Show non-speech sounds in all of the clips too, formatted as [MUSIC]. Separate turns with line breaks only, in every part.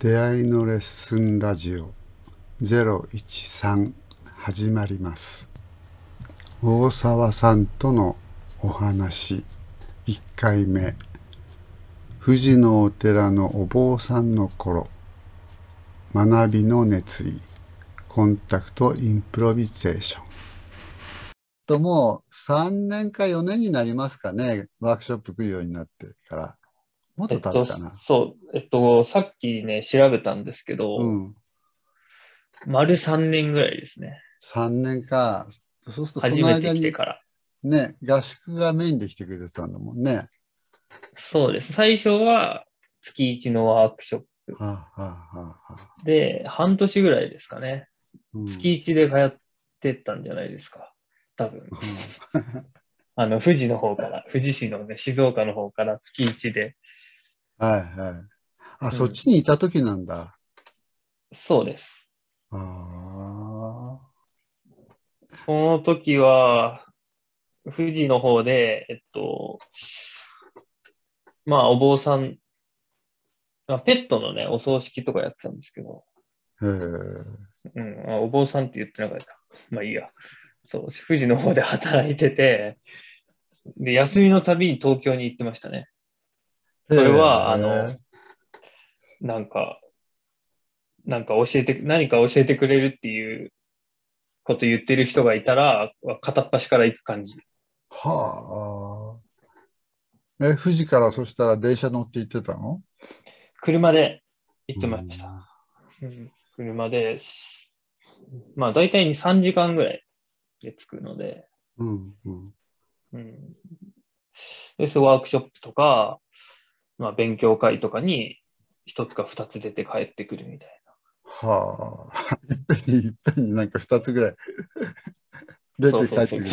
出会いのレッスンラジオ013始まります大沢さんとのお話1回目富士のお寺のお坊さんの頃学びの熱意コンタクトインプロビゼーションともう3年か4年になりますかねワークショップ来るようになってからもっと経つか
えっ
な
と、、そう、えっと、さっきね、調べたんですけど、
うん
丸3年ぐらいですね。
3年かそうするとそ
初
の
め
間
て来て
に
から。
ね合宿がメインで来てくれてたんだもんね
そうです。最初は月1のワークショップ
はあ、はあはあはあ
で、半年ぐらいですかね。
うん
月1で通ってったんじゃないですか。多分。
うん
あの、富士の方から、富士市のね、静岡の方から月1で。
はいはい。あ、
うん
そっちにいた時なんだ。
そうです。
ああ。
その時は、富士の方で、えっと、まあ、お坊さん、まあ、ペットのね、お葬式とかやってたんですけど、
へえ。
うん、あお坊さんって言ってなかった。まあいいや。そう、富士の方で働いてて、で、休みのたびに東京に行ってましたね。それは、あ
へえ
の、なんか、なんか教えて、何か教えてくれるっていうこと言ってる人がいたら、片っ端から行く感じ。
はあ。え、富士からそしたら電車乗って行ってたの
車で行ってました。
た。
うん車で、まあ大体に3時間ぐらいで着くので、
うん、うん。
うん、でそうワークショップとか、まあ、勉強会とかに1つか2つ出て帰ってくるみたい
はあ。 [LAUGHS] いっぺんに、いっぺんになんか2つぐらい [LAUGHS] 出て帰って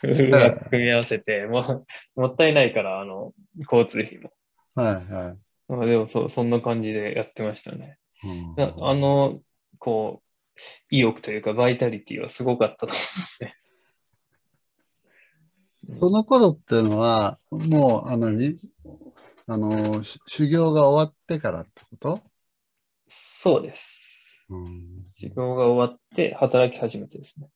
くる。
な。うまく組み合わせて、もうもったいないから、あの、交通費も。
はいはい。
まあでもそう、そんな感じでやってましたね。
うん
なあの、こう、意欲というか、バイタリティはすごかったと思いますね。
その頃っていうのは、もう、あの、にあの、し修行が終わってからってこと
そうです。
うん
修行が終わって働き始めてですね。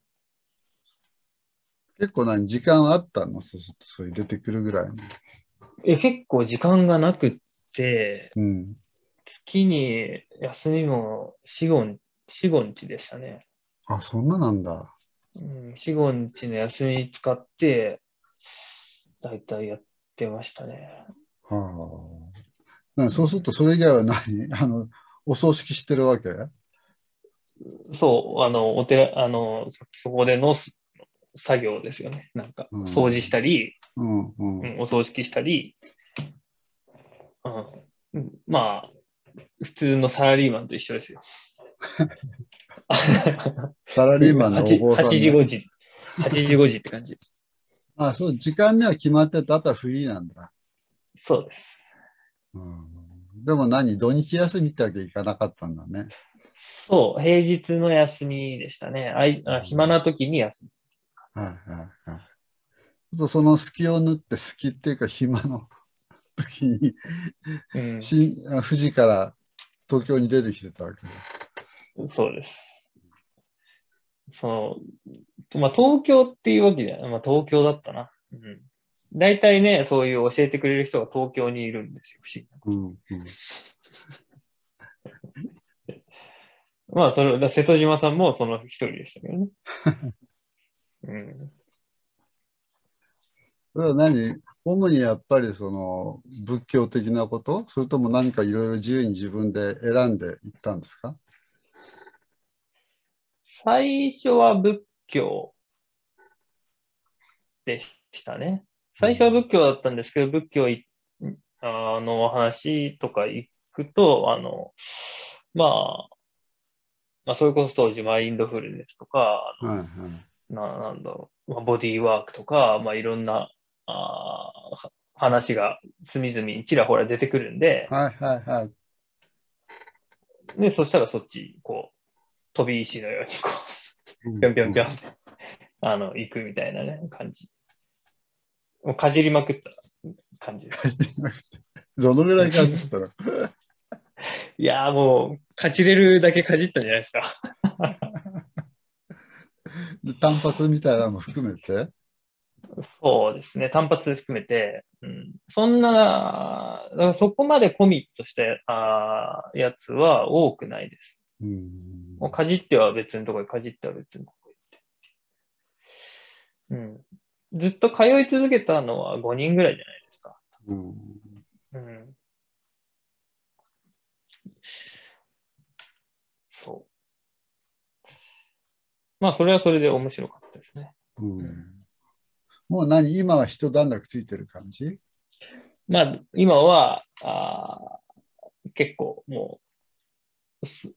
結構な時間あったのそうそうそういう出てくるぐらいの。
え、結構時間がなくって、
うん。
月に休みも4、5、四五日でしたね。
あ、そんななんだ。
うん、4、5日の休み使って、だいたいやってましたね。
はあ。なそうすると、それ以外は何 [LAUGHS] あの、お葬式してるわけ
そう、あの、お寺、あの、そそこでのす作業ですよね。なんか
うん、
掃除したり、
うんうん。
うん、お葬式したり、うんうん、まあ、普通のサラリーマンと一緒ですよ。
サラリーマンのお坊さん、
8時、5時。8時、5時って感じ。
あ、そう、時間には決まってた。あとはフリーなんだ。
そうです。
うん、でも何土日休みってわけいかなかったんだね。
そう、平日の休みでしたね。あいあ暇な時に休み。
はいはいはい。ちょっとその隙を縫って、隙っていうか暇の [LAUGHS] 時に、
うん、そ
しあ富士から東京に出てきてたわけだ。
うです。その、まあ、東京っていうわけじゃない。まあ、東京だったな。うん。大体ね、そういう教えてくれる人が東京にいるんですよ、不思
う
議な。
んうん、
まあ、それ、だ瀬戸島さんもその一人でしたけどね。うん。
それは何主にやっぱりその仏教的なことそれとも何かいろいろ自由に自分で選んでいったんですか
最初は仏教でしたね。最初は仏教だったんですけど、仏教いあのお話とか行くと、あの、まあ、まあ、それこそ当時、マインドフルネスとか、
はいはい。
ななんだろう、まあ、ボディーワークとか、まあ、いろんなあー話が隅々ちらほら出てくるんで、
はいはいはい。
で、そしたらそっち、こう、飛び石のように、こう、
うん
ぴょんぴょんぴょ [LAUGHS] ん、あの、行くみたいなね、感じ。もうかじりまくった感じです。
どのぐらい感じてたの
いやーもう、かじれるだけかじったんじゃないですか。
単発みたいなのも含めて。
そうですね、単発含めて、うん、そんな、だからそこまでコミットしたあーやつは多くないです。
うん
もうかじっては別のところに、かじっては別のところに行って。うん、ずっと通い続けたのは5人ぐらいじゃないですか。
うん
うんそう。まあ、それはそれで面白かったですね。
うんもう何今は一段落ついてる感じ [LAUGHS]
まあ、今は、あー結構、もう、す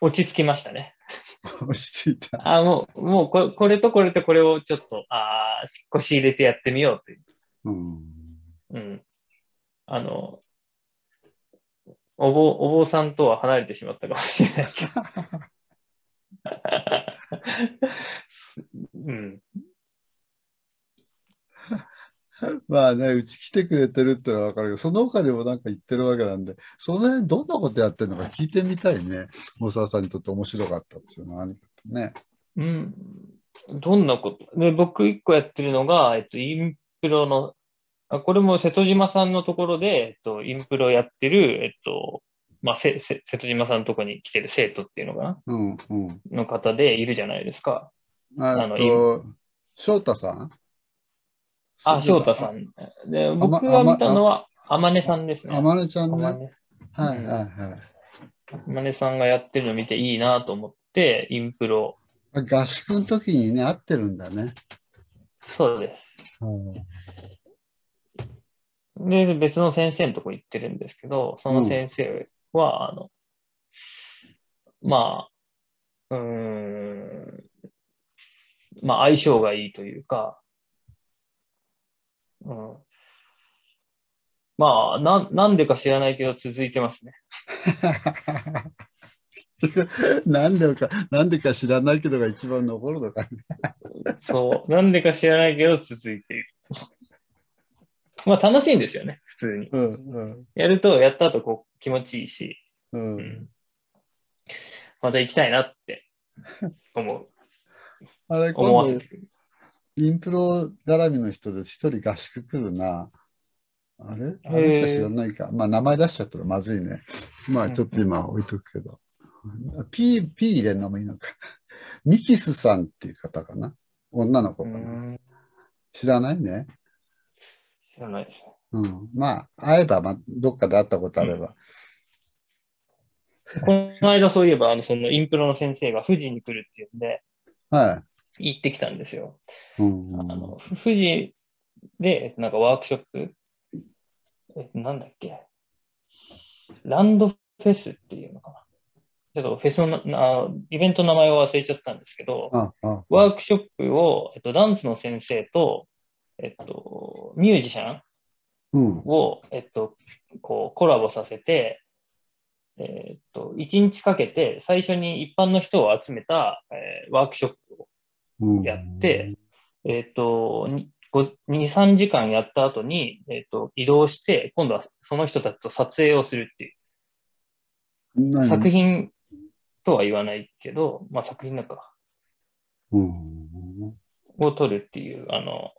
落ち着きましたね。
落ち着いた。
あーもう、もうこれ、これとこれとこれをちょっと、あー腰入れてやってみようという。
うん
うん。あの、お坊、お坊さんとは離れてしまったかもしれないけど。 [LAUGHS] うん。
まあね、うち来てくれてるってのは分かるけど、その他にもなんか言ってるわけなんで、その辺どんなことやってるのか聞いてみたいね。大沢さんにとって面白かったですよね、何かってね。
うん。どんなことで僕一個やってるのが、えっと、インプロの、あこれも瀬戸島さんのところで、えっと、インプロやってる、えっと、まあ、せ、せ瀬戸島さんのところに来てる生徒っていうのかな
うんうん。
の方でいるじゃないですか。
あ
あの
と、翔太さん
あ、翔太さ。ん。で、
ま
僕が見たのは、あまねさんですね。
あまねちゃん
あま
ね。
ね
はいはいはい。
あまねさんがやってるのを見ていいなと思って、インプロ。
合宿の時にね、会ってるんだね。
そうで
うん
す。で、別の先生のとこ行ってるんですけど、その先生は、あの、まあ、うーん、まあ相性がいいというか、うん、まあ、なん、なんでか知らないけど続いてますね。
[LAUGHS] なんでか、なんでか知らないけどが一番残るのかね。
そう。 [LAUGHS] なんでか知らないけど続いている。まあ楽しいんですよね、普通に。
うん
やると、やった後こう気持ちいいし、
うん
う
うん。
んまた行きたいなって思う。
あれ、
思わ
今
せ
度
て、くれる
インプロ絡みの人で一人合宿来るな。あれあの人知らないか。まあ、名前出しちゃったらまずいね。まあ、ちょっと今置いとくけど。P、P 入れるのもいいのか。 [LAUGHS] ミキスさんっていう方かな。女の子
う
かな。
ん
知らないね。
知らないですね。
うん。まあ、会えば、まあ、どっかで会ったことあれば。
この間そういえば、あの、そのインプロの先生が富士に来るっていうんで、
は
行ってきたんですよ。
い。うん、
あの、富士で、なんかワークショップ、えなんだっけ、ランドフェスっていうのかな。ちょっとフェスのな、あイベントの名前を忘れちゃったんですけど、
ああ
ワークショップを、えっと、ダンスの先生と、えっと、ミュージシャン
うん。
を、えっと、こう、コラボさせて、えっと、1日かけて、最初に一般の人を集めた、えーワークショップを
うん
やって、えっ、と、にご2、3時間やった後に、えっ、と、移動して、今度はその人たちと撮影をするっていう、
何
作品とは言わないけど、まあ作品なんか、
うん [LAUGHS]
を撮るっていう、あの、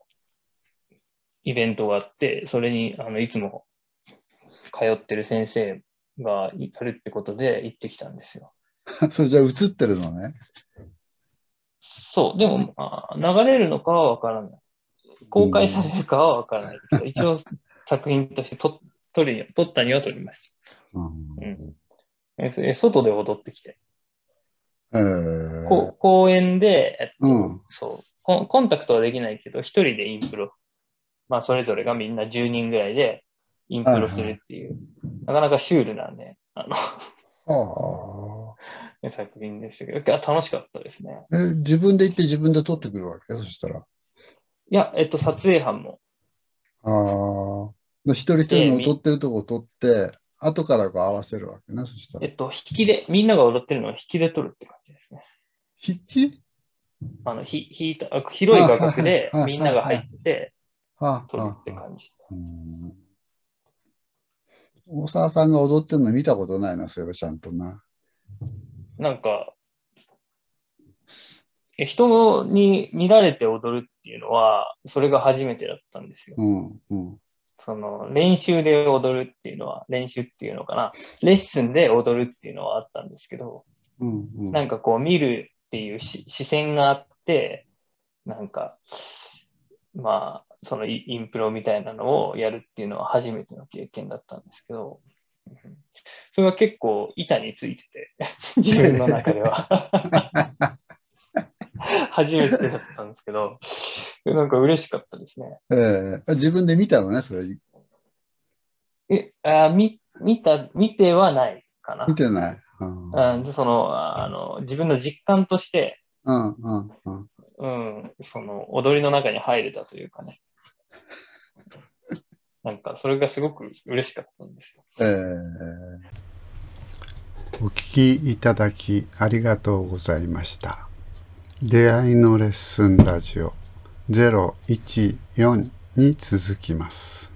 イベントがあって、それに、あの、いつも通ってる先生がいあるってことで行ってきたんですよ。
それじゃあ映ってるのね。
そう、でも、あー流れるのかはわからない。公開されるかはわからないけど、一応作品として撮撮るには撮ったには撮りまし
うん
た。うんえそえ外で踊ってきて、
えー
こう公園で、えっと
うん
そうコン、コンタクトはできないけど、一人でインプロ、まあ、それぞれがみんな10人ぐらいでインプロするっていう、なかなかシュールなね、あ
は
の [LAUGHS] 作品でしたけど、あ楽しかったですね。
あえ自分で行って自分で撮ってくるわけそしたら。
いや、えっと、撮影班も
ああ。一人一人の撮ってるとこを撮って、後からこう合わせるわけね。そした
え
ら。
っと、引きで、みんなが踊ってるのを引きで撮るって感じですね。
筆記
あの、ひ、引いた、あ広い画角で
あはいはいはい
みんなが入って
は
撮
あ、
る
は
って
あ
感じ。
うん大沢さんが踊ってるの見たことないな、そういえばちゃんとな。
なんか、え人に見られて踊るっていうのは、それが初めてだったんですよ。
うん、うん。
その、練習で踊るっていうのは、練習っていうのかな。レッスンで踊るっていうのはあったんですけど、
うん、うん。
なんかこう見るっていうし視線があって、なんか、まあ、そのイインプロみたいなのをやるっていうのは初めての経験だったんですけど、うんそれは結構板についてて、 [LAUGHS] 自分の中では。
[LAUGHS]
初めてだったんですけど、なんか嬉しかったですね。
ええ自分で見たのね、それ。
え、あ見見た、見てはないかな
見。てない。うん、うん、
うん、そのああの自分の実感として、
うん、うん。
うん、その踊りの中に入れたというかね。なんか、それがすごく嬉しかったんですよ。
ええお聞きいただきありがとうございました。出会いのレッスンラジオ014に続きます。